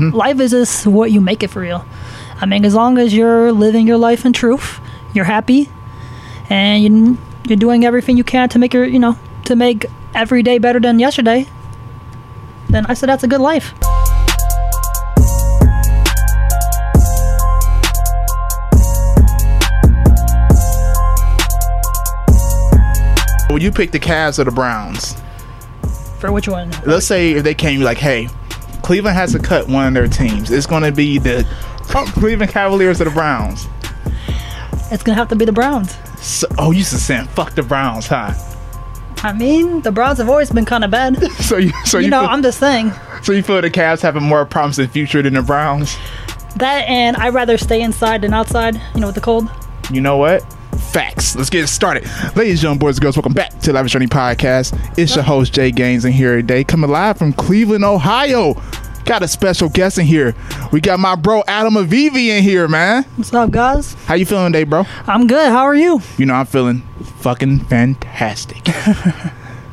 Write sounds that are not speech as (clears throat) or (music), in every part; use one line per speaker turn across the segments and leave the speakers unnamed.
life is just what you make it for real. I mean, as long as you're living your life in truth, you're happy, and you, you're doing everything you can to make your, you know, to make every day better than yesterday, then I said that's a good life.
When you pick the Cavs or the Browns,
For which one?
let's say if they came like, hey, Cleveland has to cut one of their teams. It's going to be the oh, Cleveland Cavaliers or the Browns.
It's gonna have to be the Browns.
So, oh, you just saying fuck the Browns, huh? (laughs)
I mean, the Browns have always been kind of (laughs) bad.
So you, so you,
you know,
feel,
I'm just saying
so you feel the Cavs having more promising future than the Browns?
that, and I'd rather stay inside than outside. You know, with the cold.
You know what? Facts. Let's get started. Ladies, young boys, and girls, welcome back to the Lavish Journey Podcast. It's your host, Jay Gaines, and here today, coming live from Cleveland, Ohio. Got a special guest in here. We got my bro Adam Avivi in here, man.
What's up, guys?
How you feeling today, bro?
I'm good. How are you?
You know I'm feeling fucking fantastic.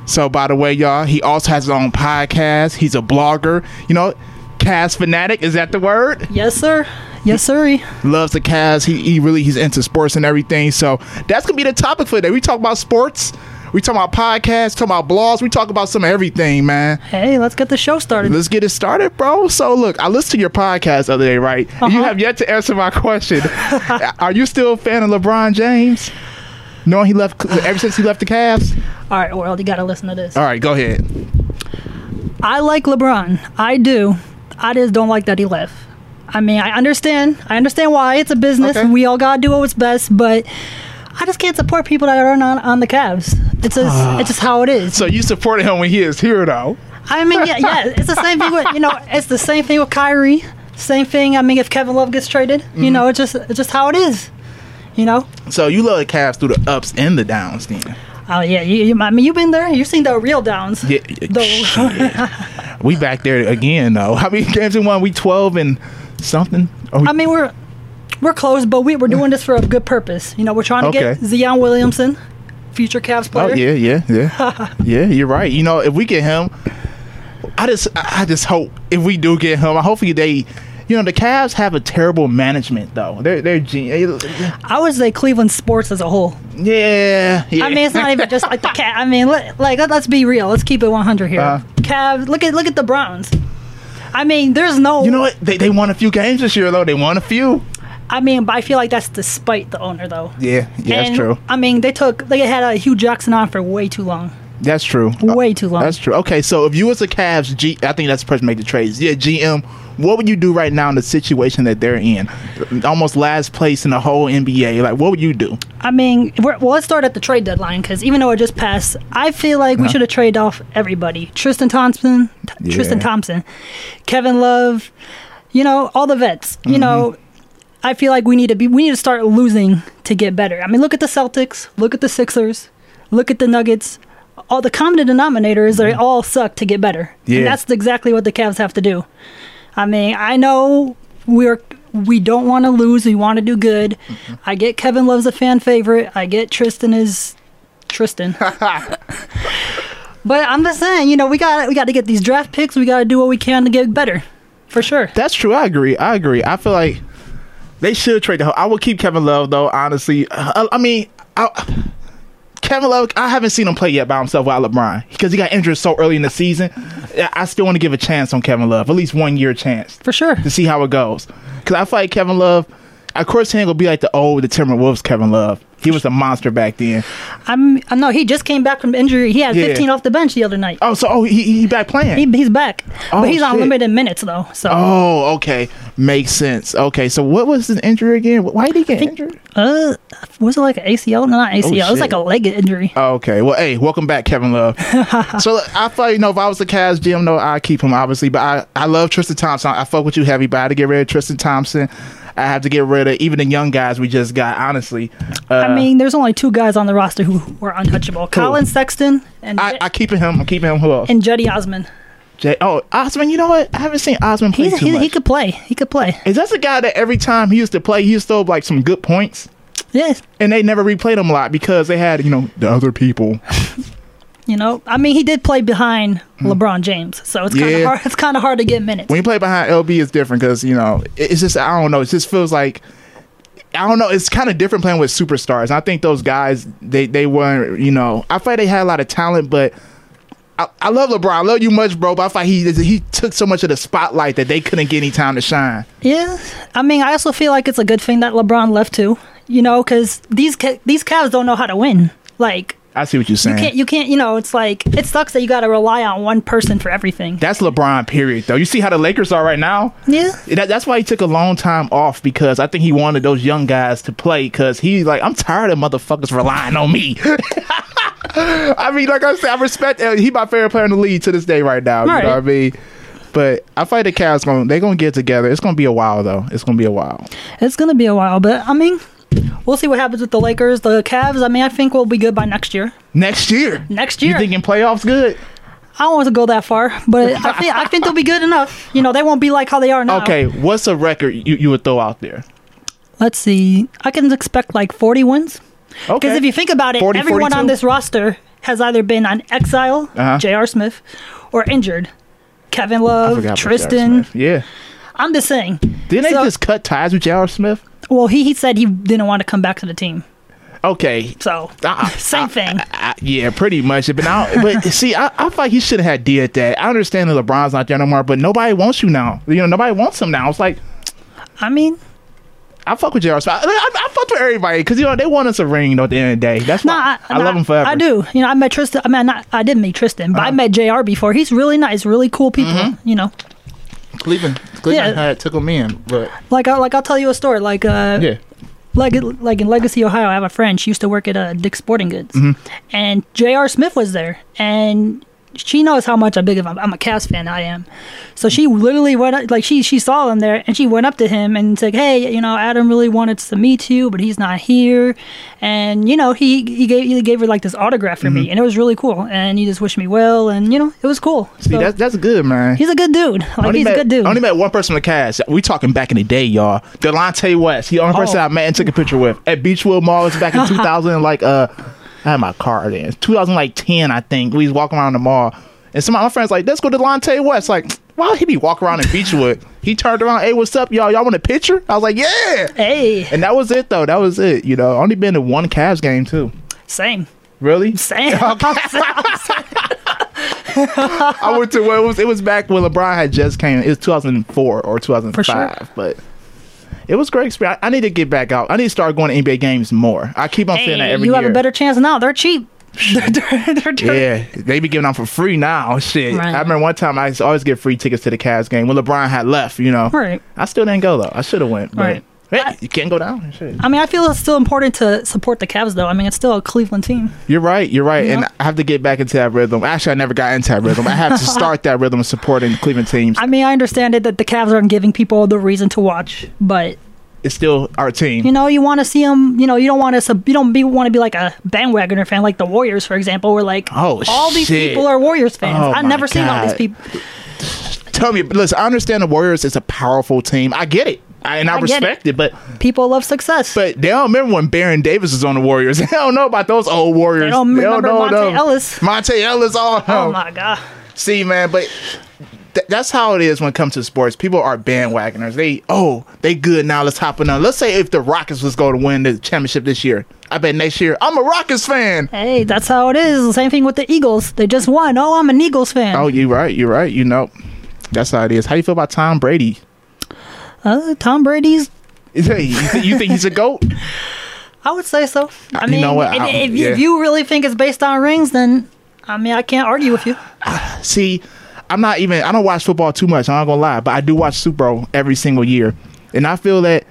so by the way, y'all, he also has his own podcast. He's a blogger. You know, Cavs fanatic, is that the word?
Yes, sir. Yes, sir.
loves the Cavs. He, he really he's into sports and everything. So that's gonna be the topic for today. We talk about sports. We talk about podcasts. Talk about blogs. We talk about some of everything, man.
Hey, let's get the show started.
Let's get it started, bro. So look, I listened to your podcast the other day, right? And You
Uh-huh.
have yet to answer my question. Are you still a fan of LeBron James? No, he left ever since he left the Cavs.
All right, world, you gotta listen to this.
All right, go ahead.
I like LeBron. I do. I just don't like that he left. I mean, I understand. I understand why. It's a business.
Okay.
We all gotta do what's best, but I just can't support people that are not on the Cavs. It's just,
Ah.
it's just how it is.
So you supported him when he is here, though.
I mean, yeah, yeah. It's the same thing with you know. It's the same thing with Kyrie. Same thing. I mean, if Kevin Love gets traded,
Mm-hmm.
you know, it's just it's just how it is. You know.
So you love the Cavs through the ups and the downs, then.
Oh yeah. You, you, I mean, you've been there. You've seen the real downs.
Yeah,
The, (laughs)
shit. we back there again though. How many games in one? We twelve and something. Are we,
I mean, we're we're close, but we we're doing this for a good purpose. You know, we're trying to
Okay.
get Zion Williamson, future Cavs player.
oh yeah, yeah,
(laughs)
yeah, yeah. You're right. You know, if we get him, I just, I I just hope if we do get him, I hopefully they, you know, the Cavs have a terrible management though. They're they're genius.
I would say Cleveland sports as a whole.
Yeah, yeah.
I mean, it's not even just like the cat. I mean, let, like let, us be real. Let's keep it 100 here.
Uh.
Cavs. Look at look at the Browns. I mean, there's no.
you know what? They they won a few games this year though. They won a few.
I mean, but I feel like that's despite the owner though.
Yeah, yeah, that's
And,
true.
I mean, they took they had a Hugh Jackson on for way too long.
That's true.
Way too long.
Uh, That's true. Okay, so if you was a Cavs G, I think that's the person to make the trades. Yeah, GM. What would you do right now in the situation that they're in? Almost last place in the whole NBA. Like, what would you do?
I mean, we're, well, let's start at the trade deadline because even though it just passed, I feel like we should have traded off everybody: Tristan Thompson, T- Tristan
Yeah.
Thompson, Kevin Love, you know, all the vets. You know, I feel like we need to be we need to start losing to get better. I mean, look at the Celtics, look at the Sixers, look at the Nuggets. All the common denominator is they all suck to get better.
Yeah.
And that's exactly what the Cavs have to do. I mean, I know we're we don't want to lose. We want to do good. I get Kevin Love's a fan favorite. I get Tristan is Tristan. but I'm just saying, you know, we got we got to get these draft picks. We got to do what we can to get better, for sure.
That's true. I agree. I agree. I feel like they should trade the whole. I would keep Kevin Love though. Honestly, Uh, I, I mean, I, Kevin Love. I haven't seen him play yet by himself without LeBron because he got injured so early in the season. I I still want to give a chance on Kevin Love, at least one year chance.
For sure.
to see how it goes. Because I feel like Kevin Love, of course, he ain't gonna be like the old the Timberwolves Kevin Love. He was a monster back then.
I'm I know he just came back from injury. He had
Yeah.
15 off the bench the other night.
Oh, so oh he he back playing.
He, he's back,
Oh,
but he's on
shit.
limited minutes though. So
oh, okay, makes sense. Okay, so what was his injury again? Why did he get injured?
uh, was it like an ACL? No, not ACL. it
Oh, shit.
was like a leg injury.
Oh, Okay, well, hey, welcome back, Kevin
(laughs)
Love. so look, I feel like, you know, if I was the Cavs GM, no, I keep him obviously, but I, I love Tristan Thompson. I fuck with you heavy, but I had to get rid of Tristan Thompson. I have to get rid of even the young guys we just got. Honestly, uh,
I mean, there's only two guys on the roster who were untouchable: Colin Sexton and
I, I keeping him. I'm keeping him. Who else?
and Jetty Osman.
J- oh, Osman, you know what? I haven't seen Osman play
He's,
too
he,
much.
he could play. He could play.
Is that the guy that every time he used to play, he used to have like some good points,
Yes.
and they never replayed him a lot because they had you know the other people.
You know, I mean, he did play behind LeBron James, so it's kind of
Hmm. Yeah.
hard. It's kind of hard to get minutes.
When you play behind LB, it's different because you know it- it's just I don't know. It just feels like I don't know. It's kind of different playing with superstars. And I think those guys they they weren't you know. I feel they had a lot of talent, but. I, I love LeBron. I love you much, bro. But I thought he he took so much of the spotlight that they couldn't get any time to shine.
Yeah, I mean, I also feel like it's a good thing that LeBron left too. You know, because these ca- these Cavs don't know how to win. Like
I see what you're saying.
you can't, you can't, you know, it's like it sucks that you got to rely on one person for everything.
That's LeBron. Period. Though you see how the Lakers are right now.
yeah,
That, that's why he took a long time off because I think he wanted those young guys to play because he's like, I'm tired of motherfuckers relying on me. (laughs) I mean, like I said, I respect uh, he my favorite player in the league to this day right now. You
Right.
know what I mean? But I fight the Cavs going they're gonna get together. It's gonna be a while though. It's gonna be a while.
it's gonna be a while, but I mean, we'll see what happens with the Lakers, the Cavs. I mean, I think we'll be good by next year.
Next year.
Next
You
year,
thinking playoffs good?
I don't want to go that far, but I think I think they'll be good enough. You know, they won't be like how they are now.
Okay, what's a record you, you would throw out there?
let's see. I can expect like forty wins.
Okay.
Because if you think about it,
40,
everyone
42?
on this roster has either been on exile,
Uh-huh.
J.R. Smith, or injured. Kevin
I
Love,
forgot about J.R.
Tristan.
Smith. Yeah.
I'm just saying.
Didn't
So-
they just cut ties with J.R. Smith?
Well, he, he said he didn't want to come back to the team.
Okay.
So,
Uh-uh.
(laughs) same thing.
I, yeah, pretty much. But now,
(laughs)
but see, I, I thought he should have had did that. I understand that LeBron's not there no more, but nobody wants you now. You know, nobody wants him now. It's like
I mean,
I fuck with J.R. Smith. I, I, I fucked with everybody because you know they want us a ring. though, At the end of the day, that's
no,
why
I,
I, love him forever. Uh-huh.
I do. You know, I met Tristan. I mean, not, I didn't meet Tristan, but I met JR before. He's really nice, really cool people.
Mm-hmm.
You know,
Cleveland,
Cleveland Yeah.
had took him in, but
like I, like I'll tell you a story. Like, uh,
yeah,
like like in Legacy, Ohio, I have a friend. She used to work at uh, Dick's Sporting Goods,
Mm-hmm.
and J.R. Smith was there, and she knows how much a big of a, I'm a Cavs fan I am. So she literally went up, like she she saw him there, and she went up to him and said, "Hey, you know, Adam really wanted to meet you, but he's not here." And you know, he he gave he gave her like this autograph for
Mm-hmm.
me, and it was really cool. And he just wished me well, and you know, it was cool.
see,
So
that's that's good, man.
he's a good dude. (laughs) Like
Only
he's
met,
a good dude.
Only met one person with cash. We talking back in the day, y'all. Delonte West. He the only person
Oh.
I met and took a picture with at Beachwood Mall.
(laughs)
It's back in 2000. like uh, I had my car then. 2010, I think. We was walking around the mall, and some of my friends like, let's go to Delonte West. Like, why would he be walking around in Beachwood? he turned around. Hey, what's up, y'all? Y'all want a picture? I was like, yeah.
hey,
And that was it though. That was it. You know, only been to one Cavs game too.
same.
Really? (laughs)
Same.
Oh, I went to well, it was it was back when LeBron had just came. It was 2004 or 2005,
sure.
but it was a great experience. I, I need to get back out. I need to start going to NBA games more. I keep on saying that
Hey,
every
you
year.
have a better chance now. They're cheap. (laughs) they're, they're,
(laughs)
they're cheap.
yeah, they be giving out for free now. (laughs) Shit,
Right.
I remember one time I used to always get free tickets to the Cavs game when LeBron had left. You know,
Right.
I still didn't go though. I should have went, but
Right.
hey,
I-
you can't go down. Shit.
I mean, I feel it's still important to support the Cavs, though. I mean, it's still a Cleveland team.
You're right. You're right. And I have to get back into that rhythm. Actually, I never got into that rhythm.
(laughs)
I have to start that rhythm of supporting Cleveland teams.
I mean, I understand it that the Cavs aren't giving people the reason to watch, but
it's still our team.
you know, you want to see them. You know, you don't want to. Sub, you don't be want to be like a bandwagoner fan, like the Warriors, for example. Where like,
Oh,
all these
shit.
people are Warriors fans.
Oh,
I've
my
never seen all these
God.
people.
Tell me, listen. I understand the Warriors is a powerful team. I get it, I, and I,
I get
respect it. but
People love success.
but they don't remember when Baron Davis was on the Warriors. (laughs) They don't know about those old Warriors.
They don't remember Monte
them.
Ellis.
Monte Ellis, all of
oh
them.
my god.
See, man, but th- that's how it is when it comes to sports. People are bandwagoners. They oh, they good now. Let's hop on. them. Let's say if the Rockets was going to win the championship this year, I bet next year I'm a Rockets fan.
Hey, that's how it is. Same thing with the Eagles. They just won. Oh, I'm an Eagles fan.
Oh, you're right. You're right. You know, that's how it is. How you feel about Tom Brady? (laughs)
Uh, Tom Brady's
Is he- you think- you think he's a goat?
I would say so. I
You
mean,
know what?
if,
I-
if,
yeah.
if you really think it's based on rings, then I mean, I can't argue with you.
See, I'm not even. I don't watch football too much. I'm not gonna lie, but I do watch Super Bowl every single year, and I feel that.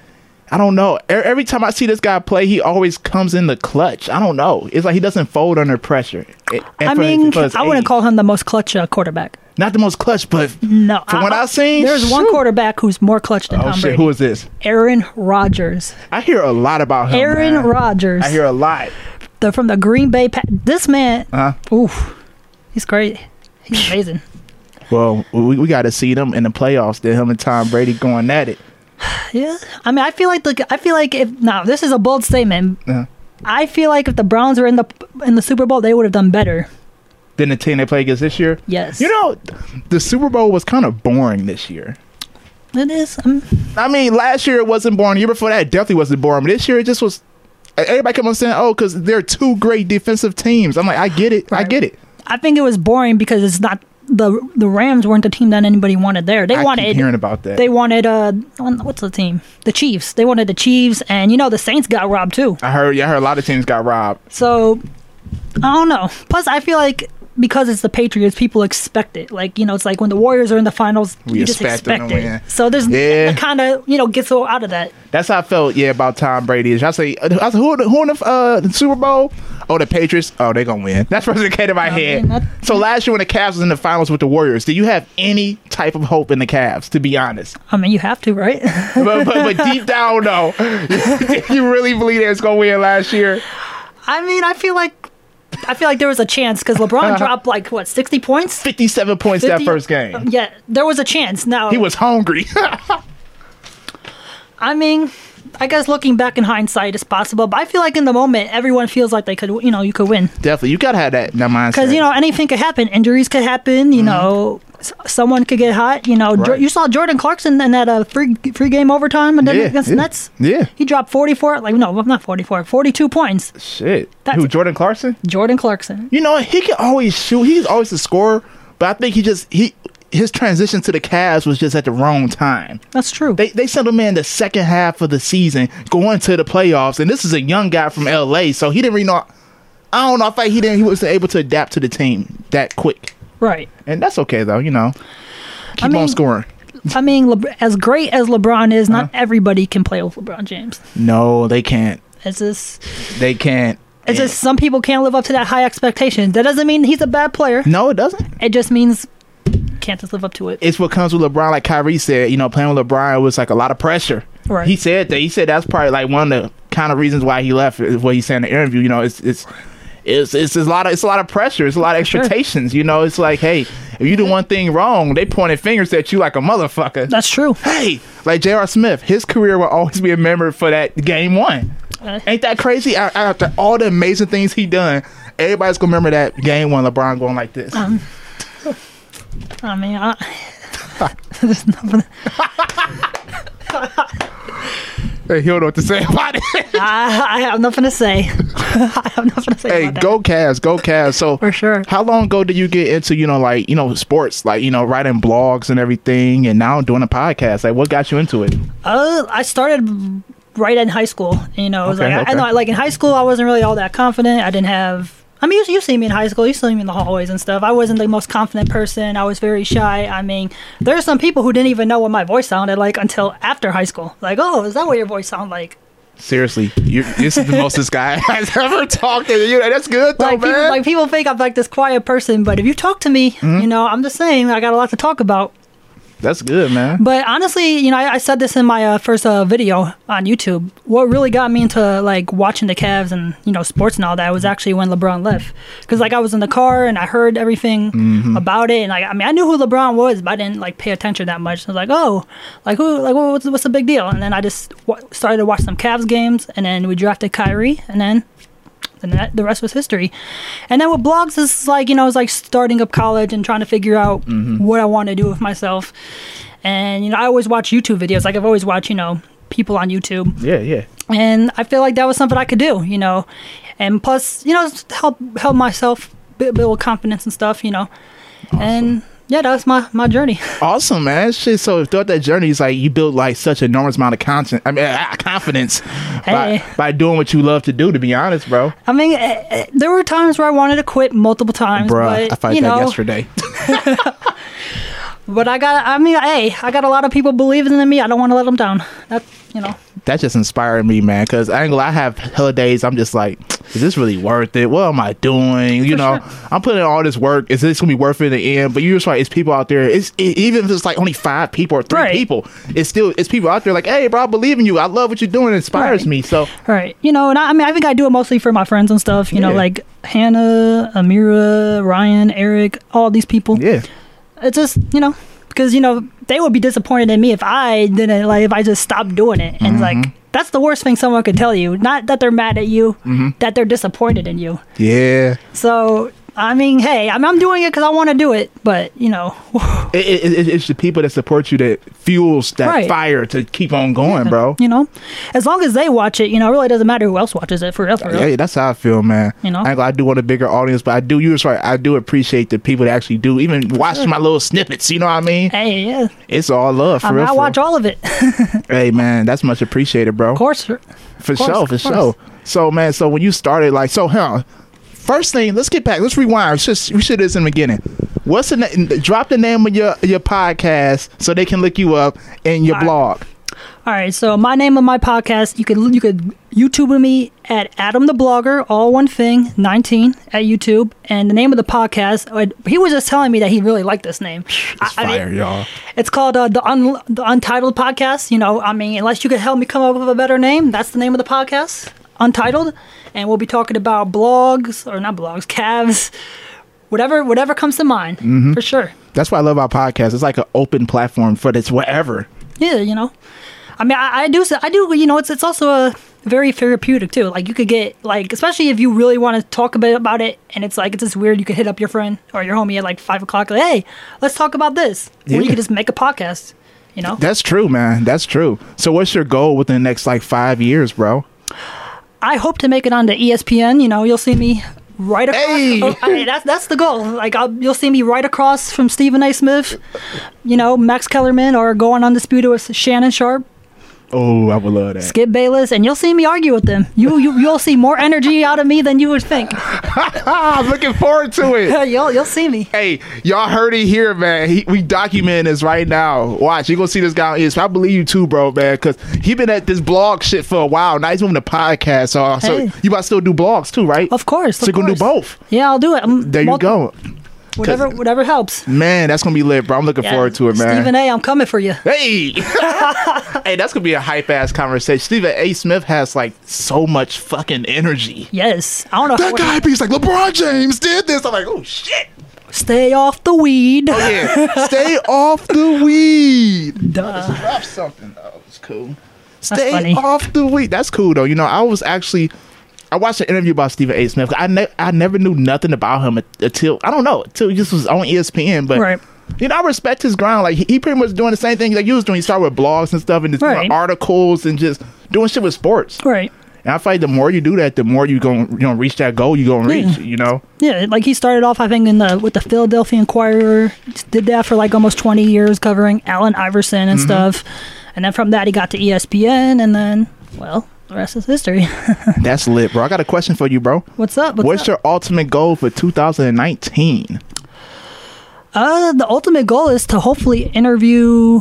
I don't know. E- Every time I see this guy play, he always comes in the clutch. I don't know. It's like he doesn't fold under pressure. And
I
for-
mean,
for his
I wouldn't
age.
call him the most clutch uh, quarterback.
not the most clutch, but
No,
From what I've seen,
there's one
shoot.
quarterback who's more clutch than
oh
Tom
shit,
Brady.
who is this?
Aaron Rodgers.
I hear a lot about him.
Aaron
Oh, man.
Rodgers.
I hear a lot.
the, from the Green Bay. Pa- this man,
Uh-huh.
oof, he's great. He's amazing.
Well, we, we got to see them in the playoffs. Then him and Tom Brady going at it.
yeah, I mean, I feel like the I feel like if now this is a bold statement.
Uh-huh.
I feel like if the Browns were in the in the Super Bowl, they would have done better
than the team they played against this year.
Yes.
You know, the Super Bowl was kind of boring this year.
it is. Um, I'm,
I mean, last year it wasn't boring. The year before that, it definitely wasn't boring. But this year, it just was. Everybody kept on saying, "Oh, because they're two great defensive teams." I'm like, I get it, I
Right.
get it.
I think it was boring because it's not the the Rams weren't the team that anybody wanted there. They
I keep
wanted
hearing about that.
they wanted uh what's the team? The Chiefs. They wanted the Chiefs, and you know the Saints got robbed too.
I heard, yeah, I heard a lot of teams got robbed.
So I don't know. Plus, I feel like because it's the Patriots, people expect it. Like you know, it's like when the Warriors are in the finals,
We
you just
expect them to
expect it.
win.
So there's
Yeah.
that kind of you know gets all out of that.
That's how I felt, yeah, about Tom Brady. I say, I say who, who in the, uh, the Super Bowl? Oh, the Patriots. Oh, they're gonna win. (laughs) That's what came to my
I
head.
mean, that-
so last year when the Cavs was in the finals with the Warriors, do you have any type of hope in the Cavs? To
(laughs)
be honest,
I mean, you have to, right? (laughs)
but, but, but deep down, no, (laughs) you really believe they was gonna win last year?
I mean, I feel like I feel like there was a chance because
(laughs)
LeBron dropped like what sixty points.
Fifty-seven points that
50
first game.
Yeah, there was a chance. Now
He was hungry. (laughs)
I mean, I guess looking back in hindsight, it's possible. But I feel like in the moment, everyone feels like they could, you know, you could win
definitely, you gotta have that that mindset.
because you know anything could happen. Injuries could happen. You know, s- someone could get hot. You know, Jo-
Mm-hmm. Right.
you saw Jordan Clarkson in that uh, free free game overtime and then
Yeah,
against
yeah,
Nets.
yeah.
he dropped forty four. Like no, not forty four. Forty two points.
shit.
That's-
Who Jordan Clarkson?
Jordan Clarkson.
You know, he can always shoot. He's always a scorer, but I think he just he his transition to the Cavs was just at the wrong time.
That's true.
They they sent him in the second half of the season, going to the playoffs, and this is a young guy from LA, so he didn't really know. I don't know. I think he didn't. He was able to adapt to the team that quick,
right.
and that's okay though. You know, keep on
mean-
scoring.
I mean, Lebr as great as LeBron is, not
Uh-huh.
everybody can play with LeBron James.
No, they can't.
It's just,
They can't.
it's just some people can't live up to that high expectation. That doesn't mean he's a bad player.
no, it doesn't.
It just means can't just live up to it.
it's what comes with LeBron. Like Kyrie said, you know, playing with LeBron was like a lot of pressure.
Right.
He said that. He said that's probably like one of the kind of reasons why he left. Is what he said in the interview. You know, it's it's. It's, it's, it's a lot of it's a lot of pressure. It's a lot of
sure.
expectations. You know, it's like, hey, if you do one thing wrong, they pointed fingers at you like a motherfucker.
That's true.
Hey, like J.R. Smith, his career will always be remembered for that game one.
Uh,
Ain't that crazy? A- After all the amazing things he done, everybody's gonna remember that game one. LeBron going like this.
Um, I mean, I, (laughs) there's nothing.
Hey, he don't know what to say about it.
I, I have nothing to say. (laughs) I have nothing to say.
Hey,
about
go Cavs, go Cavs. So
For sure.
How long ago did you get into you know like you know sports like you know writing blogs and everything, and now doing a podcast? Like, what got you into it?
That. Uh, I started right in high school. You know, it was
Okay,
like I, I
okay.
know, like in high school, I wasn't really all that confident. I didn't have. I mean, you, you see me in high school. You see me in the hallways and stuff. I wasn't the most confident person. I was very shy. I mean, there are some people who didn't even know what my voice sounded like until after high school. Like, oh, is that what your voice sound like?
Seriously, you this is the most this guy (laughs) has ever talked to you. That's good though,
like people,
man.
like people think I'm like this quiet person, but if you talk to me, you know, I'm just saying I got a lot to talk about.
That's good, man.
But honestly, you know, I, I said this in my uh, first uh, video on YouTube. What really got me into like watching the Cavs and you know sports and all that was actually when LeBron left, because like I was in the car and I heard everything about it, and like I mean I knew who LeBron was, but I didn't like pay attention that much. I was like, oh, like who, like what- what's what's the big deal? And then I just w- started to watch some Cavs games, and then we drafted Kyrie, and then and that, the rest was history. And then with blogs, it's like you know, it's like starting up college and trying to figure out
Mm-hmm.
what I want to do with myself. And you know, I always watch YouTube videos. Like I've always watched, you know, people on YouTube
Yeah, yeah.
and I feel like that was something I could do, you know, and plus, you know, just help help myself bu- build confidence and stuff, you know, and yeah, that was my my journey. (laughs)
Awesome, man. Shit. So throughout that journey, it's like you build like such enormous amount of content. I mean, (laughs) uh, confidence
Hey.
by by doing what you love to do. To be honest, bro,
I mean, eh, eh, there were times where I wanted to quit multiple times,
Bruh,
but
I found
you
that
know,
yesterday.
but I got, I mean, hey, I got a lot of people believing in me. I don't want to let them down. That you know,
that just inspired me, man. Because I ain't gonna, lie, I have hella days. I'm just like, is this really worth it? What am I doing? You
For
know,
sure.
I'm putting in all this work. Is this gonna be worth it in the end? But you're just like, it's people out there. It's e- even if it's like only five people or three
Right.
people, it's still it's people out there like, hey, bro, I believe in you. I love what you're doing. It inspires
Right.
me. So
Right. You know, and I, I mean, I think I do it mostly for my friends and stuff. You know,
Yeah.
like Hannah, Amira, Ryan, Eric, all these people.
yeah,
It's just, you know, because, you know, they would be disappointed in me if I didn't, like, if I just stopped doing it. And, like,
Mm-hmm.
that's the worst thing
Mm-hmm.
someone could tell you. Not that they're mad at you, that they're disappointed in you.
yeah.
So I mean, hey, I'm, I'm doing it because I want to do it, but you know, (laughs)
It, it, it, it's the people that support you that fuels that
Right.
fire to keep on going, bro.
you know, as long as they watch it, you know, it really doesn't matter who else watches it for real. For real.
Yeah, that's how I feel, man.
You know?
I, ain't gonna- I do want a bigger audience, but I do. You was right. I do appreciate the people that actually do even watch my little snippets. You know what I mean?
Hey, yeah,
It's all love for
I, mean,
real.
I
for
watch
real.
all of it, (laughs) of
Hey, man, that's much appreciated, bro.
course.
for
course,
sure, for
of course.
sure. So, man, so when you started, like, so, huh? First thing, let's get back. Let's rewind. Let's just we should do this in the beginning. What's the name? Drop the name of your your podcast so they can look you up in your
All right.
blog.
All right, so my name of my podcast, you could you could YouTube me at Adam the Blogger, all one thing, nineteen at YouTube, and the name of the podcast. uh, He was just telling me that he really liked this name.
It's
I- I mean,
fire, y'all.
It's called uh, the, Un- the Untitled Podcast. You know, I mean, unless you could help me come up with a better name, that's the name of the podcast, Untitled. And we'll be talking about blogs or not blogs, calves, whatever, whatever comes to mind for sure.
That's why I love our podcast. It's like an open platform for this whatever.
Yeah, you know, I mean, I, I do, s- I do. You know, it's it's also a very therapeutic too. Like you could get like, especially if you really want to talk a bit about it, and it's like it's just weird. You could hit up your friend or your homie at like five o'clock. Like, hey, let's talk about this. Or you
Yeah.
could just make a podcast. You know,
That's true, man. That's true. So, what's your goal within the next like five years, bro?
I hope to E make it onto ESPN. You know, you'll see me right across.
Hey!
Oh, I- that's that's the goal. Like I'll, you'll see me right across from Stephen A. Smith. You know, Max Kellerman or going undisputed with Shannon Sharp,
Oh, I would love that. (laughs)
Skip Bayless, and you'll see me argue with them. You you you'll see more energy out of me than you would think. (laughs)
Ah, I'm looking forward to it. (laughs)
you'll you'll see me.
Hey, y'all heard it here, man. He, we documenting this right now. Watch, you gonna see this guy on ESPN. I believe you too, bro, man. Cause he been at this blog shit for a while. Now he's moving to podcast. So, so
Hey.
you about to still do blogs too, right?
Of course.
So
of
you gonna do
course.
both.
Yeah, I'll do it. I'm
There you
multi-
go,
Whatever whatever helps.
man. That's gonna be lit, bro. I'm looking forward to it, man.
Stephen A. I'm coming for you.
(laughs) Hey, hey, that's gonna be a hype ass conversation. Stephen A. Smith has like so much fucking energy.
Yes, I don't know.
That
how-
guy be he's like LeBron James did this. I'm like, oh shit.
Stay off the weed.
Oh yeah, stay off the weed.
Duh.
Drop something. though. it's cool.
That's
Stay
funny.
off the weed. That's cool though. You know, I was actually. I watched an interview about Stephen A. Smith. I ne- I never knew nothing about him at- until I don't know until he just was on E ESPN. But
Right.
you know, I respect his ground. Like he, he pretty much doing the same thing like you was doing. He started with blogs and stuff and just doing
Right.
articles and just doing shit with sports.
Right.
And I feel like the more you do that, the more you going you know reach that goal you gonna reach. You know.
Yeah, like he started off, I think, in the with the Philadelphia Inquirer. Did that for like almost twenty years, covering Allen Iverson
Mm-hmm.
and stuff. And then from that, he got to E ESPN, and then well, the rest is history. (laughs)
That's lit, bro. I got a question for you, bro.
What's up? What's,
What's
up?
your ultimate goal for 2019?
uh, the ultimate goal is to hopefully interview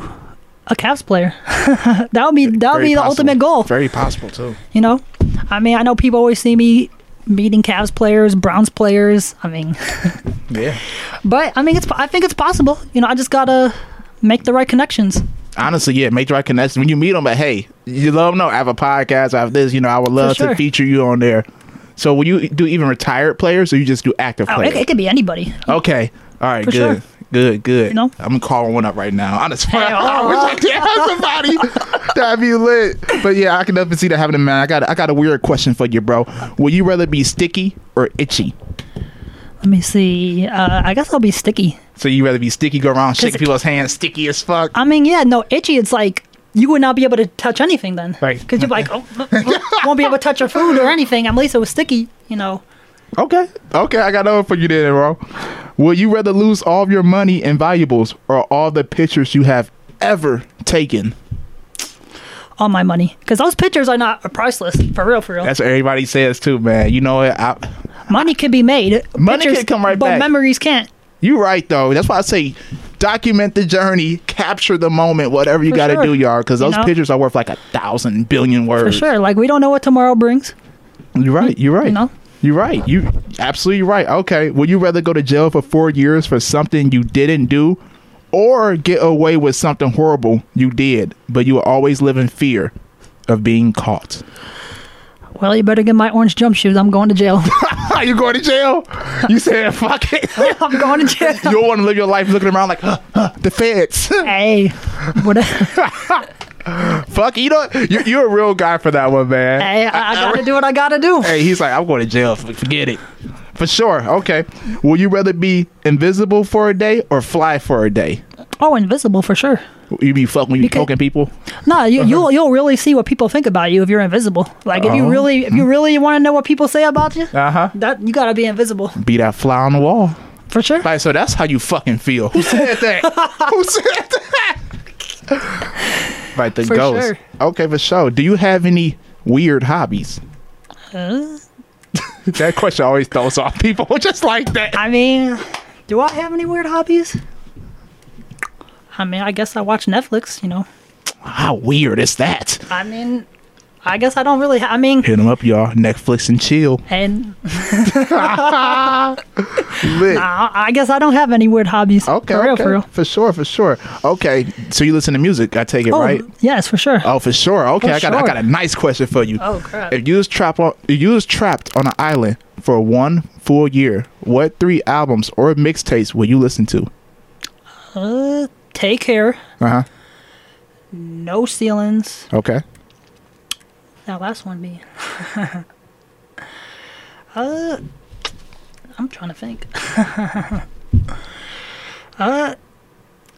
a Cavs player. (laughs) that would be that would be the ultimate goal.
Very possible too.
You know, I mean, I know people always see me meeting Cavs players, Browns players. I mean, (laughs)
Yeah.
but I mean, it's I think it's possible. You know, I just gotta make the right connections.
Honestly, yeah. Make the right connection when you meet them. But hey, you let them know I have a podcast. I have this. You know, I would love
sure.
to feature you on there. So will you do even retired players, or you just do active
Oh,
players?
it, it could be anybody.
Okay. All right.
For
good.
sure.
Good. Good.
You know?
I'm calling one up right now. Honestly, (laughs)
Hey,
I
oh.
wish I could have somebody
(laughs)
that'd be lit. But yeah, I can definitely see that happening, man. I got. I got a weird question for you, bro. Would you rather be sticky or itchy?
Let me see. Uh, I guess I'll be sticky.
So you rather be sticky, go around shaking
it-
people's hands, sticky as fuck.
I mean, yeah, no, itchy. It's like you would not be able to touch anything then,
Right.
Because you're like, oh, uh, uh, (laughs) won't be able to touch your food or anything. At least it was sticky, you know.
Okay, okay, I got over for you then, bro. Will you rather lose all of your money and valuables, or all the pictures you have ever taken?
All my money, because those pictures are not are priceless for real, for real.
That's what everybody says too, man. You know what? I,
money can be made.
Money can come right
but
back.
memories can't.
you right though. That's why I say document the journey, capture the moment, whatever you
For
got to
sure.
do, y'all, because
You
those
know?
pictures are worth like a thousand billion
For
words.
sure. Like we don't know what tomorrow brings.
You're right. You're right.
You know?
You're right. You absolutely right. Okay. Would you rather go to jail for four years for something you didn't do, or get away with something horrible you did, but you will always live in fear of being caught?
Well, you better get my orange jumpsuit. I'm going to jail. (laughs)
Are (laughs) you going to jail? You said fuck (laughs) it.
I'm going to jail.
(laughs) you don't want to live your life looking around like huh, huh, the feds. (laughs)
Hey, what? A,
fuck. You know you're, you're a real guy for that one, man. (laughs)
hey, I, I gotta do what I gotta do.
Hey, he's like, I'm going to jail. F- Forget it. for sure. Okay. Will you rather be invisible for a day or fly for a day?
Oh, invisible for sure.
You be fucking when you
Because-
poking people.
No, you, you'll you'll really see what people think about you if you're invisible. Like if
Oh.
you really if you
Hmm.
really want to know what people say about you,
Uh huh.
that you gotta be invisible
Be that fly on the wall.
for sure.
Like so, that's how you fucking feel. Who said that? (laughs) Who said that? Right, the
For
ghost.
sure.
Okay, for sure. Do you have any weird hobbies?
Uh,
That question always throws off people (laughs) just like that.
I mean, do I have any weird hobbies? I mean, I guess I watch Netflix. You know,
How weird is that?
I mean, I guess I don't really. Ha- I mean,
Hit them up, y'all. Netflix and chill.
and
Lit.
I, I guess I don't have any weird hobbies.
Okay,
for
okay.
real, for real.
sure, for sure. Okay, so you listen to music, I take it,
Oh,
right?
yes, for sure.
Oh, for sure. Okay,
For
I got I
sure.
got a nice question for you.
Oh, crap.
If you was trapped on if you was trapped on an island for one full year, what three albums or mixtapes would you listen to?
Uh, take care.
Uh huh.
No ceilings.
Okay.
That last one being. (laughs) uh, I'm trying to think. (laughs) uh,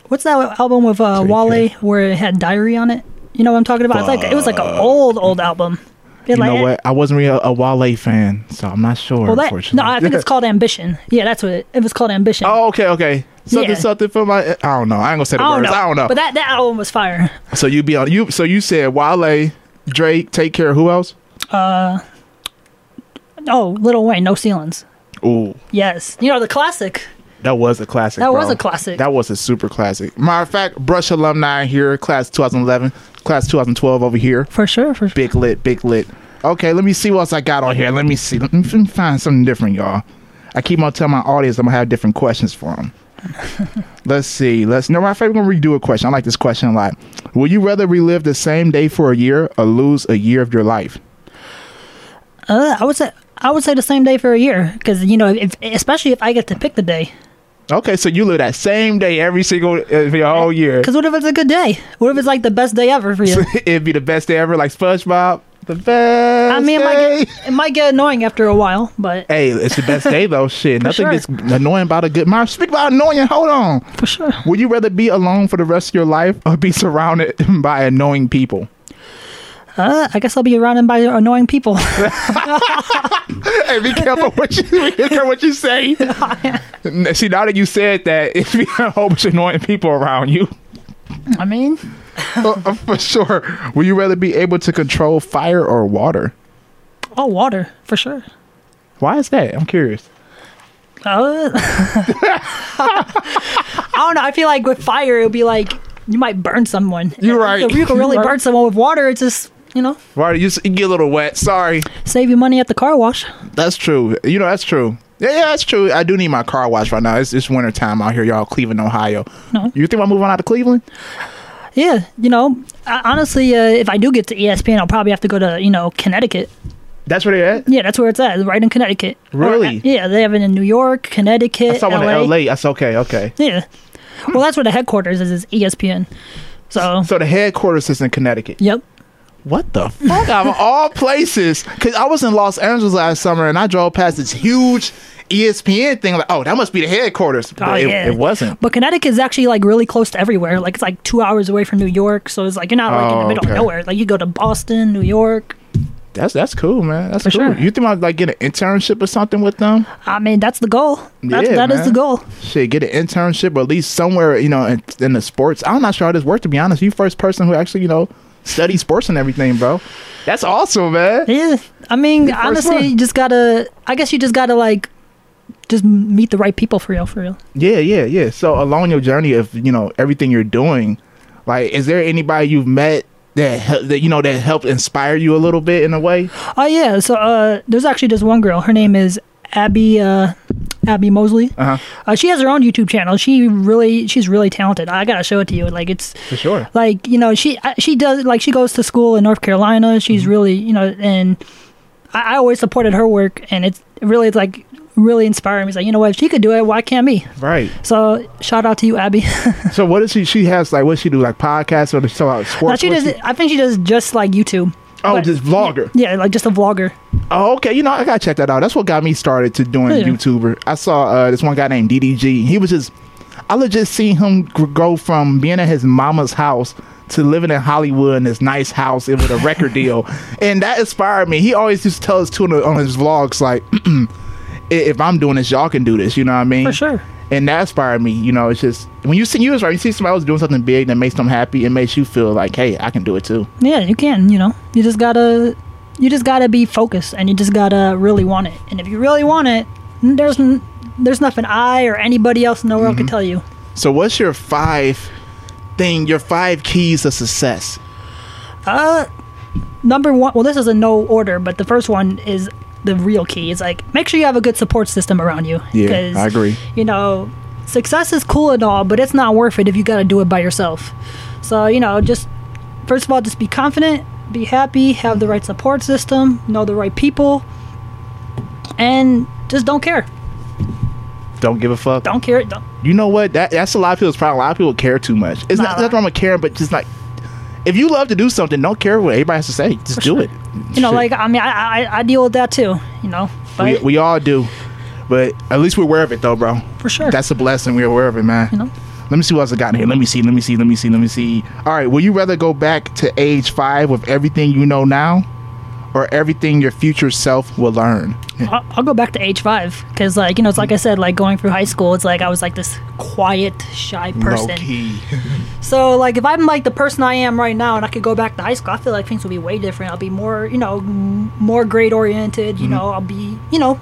what's that album with uh,
Take
Wale where it had diary on it? You know what I'm talking about? It's like it was like an old old album. It
You
like-
know what? I wasn't really a, a Wale fan, so I'm not sure.
Well, that,
unfortunately.
no, I think
(laughs)
it's called Ambition. Yeah, that's what it, it was called Ambition.
Oh, okay, okay. Something,
Yeah.
something for my. I don't know. I ain't gonna say the words. I don't know.
But that, that album was fire.
so you be on you. So you said Wale, Drake, take care. Who else?
Oh, Little Wayne, No Ceilings.
Ooh,
Yes, you know the classic.
That was a classic.
That was
bro.
a classic.
That was a super classic. Matter of fact, Brush alumni here, class 2011, class 2012 over here.
For sure, for sure.
Big lit, big lit. Okay, let me see what else I got on here. Let me see. Let me f- find something different, y'all. I keep on telling my audience I'm gonna have different questions
(laughs)
for them. Let's see. Let's no matter of fact, we're gonna redo a question. I like this question a lot. Would you rather relive the same day for a year or lose a year of your life?
Uh, I would say I would say the same day for a year because you know, if, especially if I get to pick the day.
Okay, so you live that same day every single uh, for your whole year.
Because what if it's a good day? What if it's like the best day ever for (laughs) you?
(laughs) It'd be the best day ever, like SpongeBob. The best.
I mean, it
day.
might, get, it might get annoying after a while, but
hey, it's the best
(laughs)
day though. Shit, nothing
sure.
gets annoying about a good. Mom, speak about annoying. Hold
(laughs)
on.
for sure,
Would you rather be alone for the rest of your life or be surrounded (laughs) by annoying people? (laughs)
uh, I guess I'll be around by annoying people.
Hey, be careful what you be careful what
(laughs)
you say.
Oh,
N- See, now that you said that, (laughs) it's be a whole bunch of annoying people around
(laughs)
you.
(laughs) I mean, Oh,
Uh, (laughs) for sure. Would you rather be able to control fire or water?
oh, water for sure.
Why is that? I'm curious.
Uh, (laughs) I don't know. I feel like with fire, it would be like you might burn someone.
You're
If
right.
(laughs) You could really
You're right.
burn someone with water. It's just you know
Water, you, s- you get a little wet. Sorry.
save you money at the car wash.
That's true. You know, that's true. Yeah, yeah, that's true. I do need my car washed right now. It's, it's winter time out here, y'all. Cleveland, Ohio.
No.
You think I'm moving out of Cleveland?
Yeah, you know, I, honestly, uh, if I do get to ESPN, I'll probably have to go to you know Connecticut.
That's where they're at.
Yeah, that's where it's at, right in Connecticut. Or,
Really?
uh, yeah, they have it in New York, Connecticut,
I saw one
LA.
in L.A. That's okay. Okay.
Yeah, well, that's where the headquarters is, E is ESPN. So,
So the headquarters is in Connecticut.
yep.
What the fuck? Out
(laughs)
of all places, because I was in Los Angeles last summer and I drove past this huge E ESPN thing. Like, oh, that must be the headquarters. But
Oh,
it,
yeah.
it wasn't.
But Connecticut is actually like really close to everywhere. Like it's like two hours away from New York, so it's like you're not like in
Oh,
the middle
okay.
of nowhere. Like you go to Boston, New York.
That's that's cool, man. That's
For
cool.
sure.
You think I'd like get an internship or something with them?
I mean, that's the goal. That's,
Yeah,
that is
man.
the goal.
Shit, get an internship or at least somewhere, you know, in, in the sports. I'm not sure how this works, to be honest. You first person who actually, you know, studies sports and everything, bro. That's awesome, man.
Yeah, I mean,
first
honestly,
one.
you just gotta. I guess you just gotta like, just meet the right people for real, for real.
Yeah, yeah, yeah. So along your journey of, you know, everything you're doing, like, is there anybody you've met that, hel- that you know, that helped inspire you a little bit in a way?
Oh yeah, so uh, there's actually this one girl. Her name is Abby uh, Abby Mosley.
Uh-huh.
Uh, she has her own YouTube channel. She really, she's really talented. I gotta show it to you. Like it's
For sure.
like you know she I- she does like she goes to school in North Carolina. She's really you know and I, I always supported her work and it's really it's like really inspiring. It's like you know what if she could do it, why can't me?
Right.
So shout out to you, Abby. (laughs)
So what does she, she has, like, what she do, like podcasts or she talk about sports?
Now, she
What
does. I think she does just like YouTube.
Oh,
But-
this vlogger.
Yeah, like just a vlogger.
Oh, okay. You know, I gotta check that out. That's what got me started to doing
Yeah.
YouTuber. I saw uh, this one guy named DDG. He was just, I legit seen him gr- go from being at his mama's house to living in Hollywood in this nice house and with
(laughs)
a record deal, and that inspired me. He always used to tell us too on- on his vlogs like, (clears throat) "I- if I'm doing this, y'all can do this. You know what I mean?
For sure.
And that inspired me. You know, it's just when you see you is right. You see somebody else doing something big that makes them happy. It makes you feel like, hey, I can do it too.
Yeah, you can. You know, you just gotta, you just gotta be focused, and you just gotta really want it. And if you really want it, n- there's n- there's nothing I or anybody else in the world can tell you.
So what's your five thing, your five keys of success?
Uh, number one. Well, this is in no order, but the first one is the real key. It's like make sure you have a good support system around you.
Yeah,
'Cause,
I agree.
You know, success is cool and all, but it's not worth it if you got to do it by yourself. So you know, just first of all, just be confident, be happy, have the right support system, know the right people, and just don't care.
Don't give a fuck.
Don't care. Don't.
You know what? That that's a lot of people's problem. A lot of people care too much. It's
Nah,
not
nah.
nothing wrong with caring, but just like if you love to do something, don't care what everybody has to say. Just do
sure.
it.
You know,
Shit.
like I mean, I, I I deal with that too. You know, but
we, we all do. But at least we're aware of it though, bro.
for sure,
That's a blessing. We're aware of it, man.
you know.
Let me see what else I got here. Let me see, let me see, let me see, let me see. All right, would you rather go back to age five with everything you know now? Or everything your future self will learn.
I'll, I'll go back to age five because, like, you know, it's like I said, like going through high school, it's like I was like this quiet, shy
Low
person.
key.
So, like, if I'm like the person I am right now, and I could go back to high school, I feel like things would be way different. I'll be more, you know, m- more grade oriented.
Mm-hmm.
You know, I'll be, you know,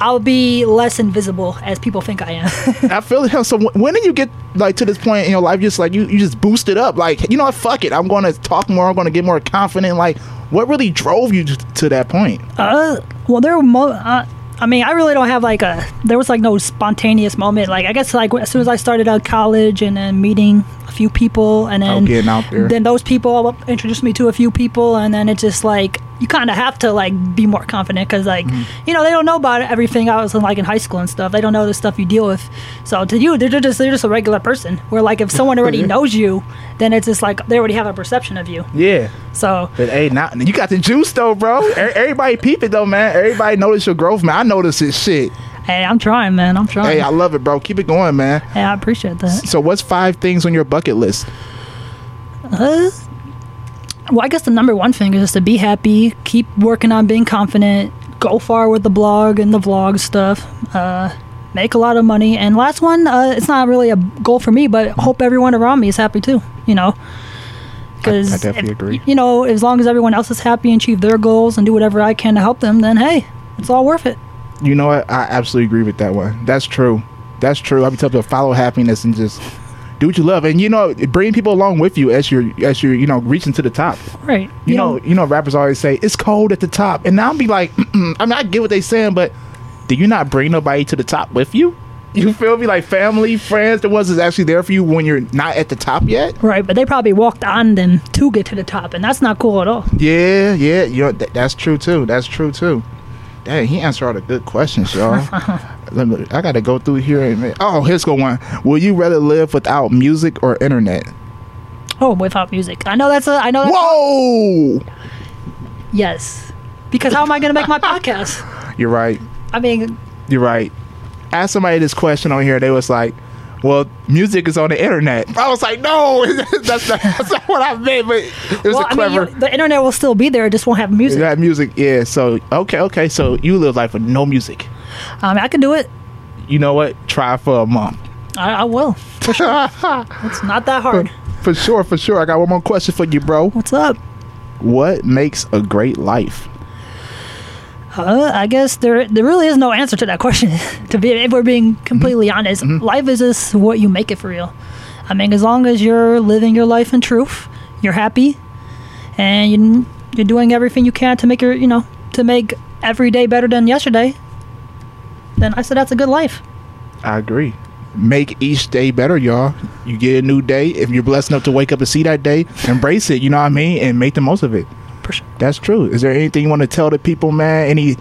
I'll be less invisible as people think I am. (laughs)
I feel him. So wh- when did you get like to this point in your life? Just like you, you just boosted up. Like you know, what, fuck it. I'm going to talk more. I'm going to get more confident. Like what really drove you t- to that point?
uh, well, there were. Mo- uh, I mean, I really don't have like a. There was like no spontaneous moment. Like, I guess like as soon as I started out college and then meeting a few people, and then
Oh, getting out there.
then those people introduced me to a few people, and then it's just like you kind of have to like be more confident because like
Mm-hmm.
you know they don't know about everything I was in, like in high school and stuff. They don't know the stuff you deal with. So to you, they're they're just they're just a regular person. Where like if someone already
(laughs) Yeah.
knows you, then it's just like they already have a perception of you.
Yeah,
So
but hey, now you got the juice though, bro. E- Everybody peep it though, man. Everybody notice your growth, man. I notice this shit.
hey, I'm trying, man. I'm trying.
Hey, I love it, bro. Keep it going, man.
Hey, I appreciate that.
So what's five things on your bucket list?
Uh, well, I guess the number one thing is just to be happy, keep working on being confident, go far with the blog and the vlog stuff, uh, make a lot of money. And last one, uh, it's not really a goal for me, but hope everyone around me is happy too, you know? Because,
I definitely agree.
you know, as long as everyone else is happy and achieve their goals and do whatever I can to help them, then hey, it's all worth it.
You know what? I absolutely agree with that one. That's true. That's true. I'll be telling people follow happiness and just do what you love, and you know, bring people along with you as you're as you're you know reaching to the top.
Right.
You, know, you know, rappers always say it's cold at the top, and I'll be like, I mean, I get what they saying, but do you not bring nobody to the top with you? You feel me? Like family, friends, the ones that's actually there for you when you're not at the top yet.
Right, but they probably walked on them to get to the top, and that's not cool at all.
Yeah, yeah, you know, th- that's true too. That's true too. Dang, he answered all the good questions, (laughs) y'all. Let me, I gotta go through here. And, oh, here's go one. Will you rather live without music or internet?
Oh, without music, I know that's a I know that's
Whoa!
Yes. Because how am I going to make
(laughs)
my podcast?
You're right.
I mean,
You're right. Ask somebody this question on here. They was like, "Well, music is on the internet." I was like, "No, (laughs) that's not, that's not what I meant." But it was
well,
a
I mean,
clever.
you, the internet will still be there. It just won't have music.
that music, yeah. So okay, okay. So you live life with no music.
Um, I mean, I can do it.
You know what? Try for a month.
I, I will. For
(laughs)
sure. it's not that hard.
For sure, for sure. I got one more question for you, bro.
What's up?
What makes a great life?
Uh, I guess there there really is no answer to that question. (laughs) to be, if we're being
Mm-hmm.
completely honest, life is just what you make it for real. I mean, as long as you're living your life in truth, you're happy, and you, you're doing everything you can to make your you know to make every day better than yesterday, then I said that's a good life.
I agree. Make each day better, y'all. You get a new day. If you're blessed enough to wake up and see that day, embrace it. You know what I mean, and make the most of it.
For sure.
That's true. Is there anything you want to tell the people, man? Any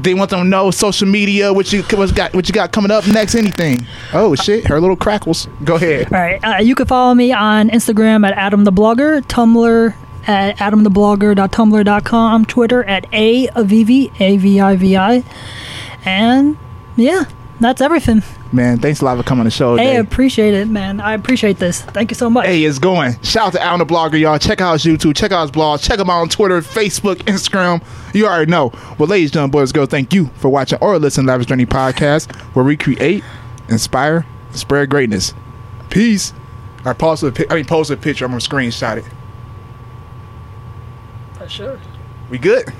they want them to know social media, what you what's got what you got coming up next, anything. Oh shit, her little crackles. Go ahead.
All right. Uh, you can follow me on Instagram at Adam the Blogger, Tumblr at adamtheblogger.tumblr.com, Twitter at a avivi a v i v i, and yeah, that's everything.
Man, thanks a lot for coming on the show.
Hey, I
today.
appreciate it, man. I appreciate this. Thank you so much.
Hey, it's going. Shout out to Alan the Blogger, y'all. Check out his YouTube, check out his blog, check him out on Twitter, Facebook, Instagram. You already know. Well, ladies, gentlemen, boys, girls, thank you for watching or listening to Lavish Journey Podcast, where we create, inspire, and spread greatness. Peace. I pause the pic- I mean, post the picture. I'm gonna screenshot it.
sure.
We good?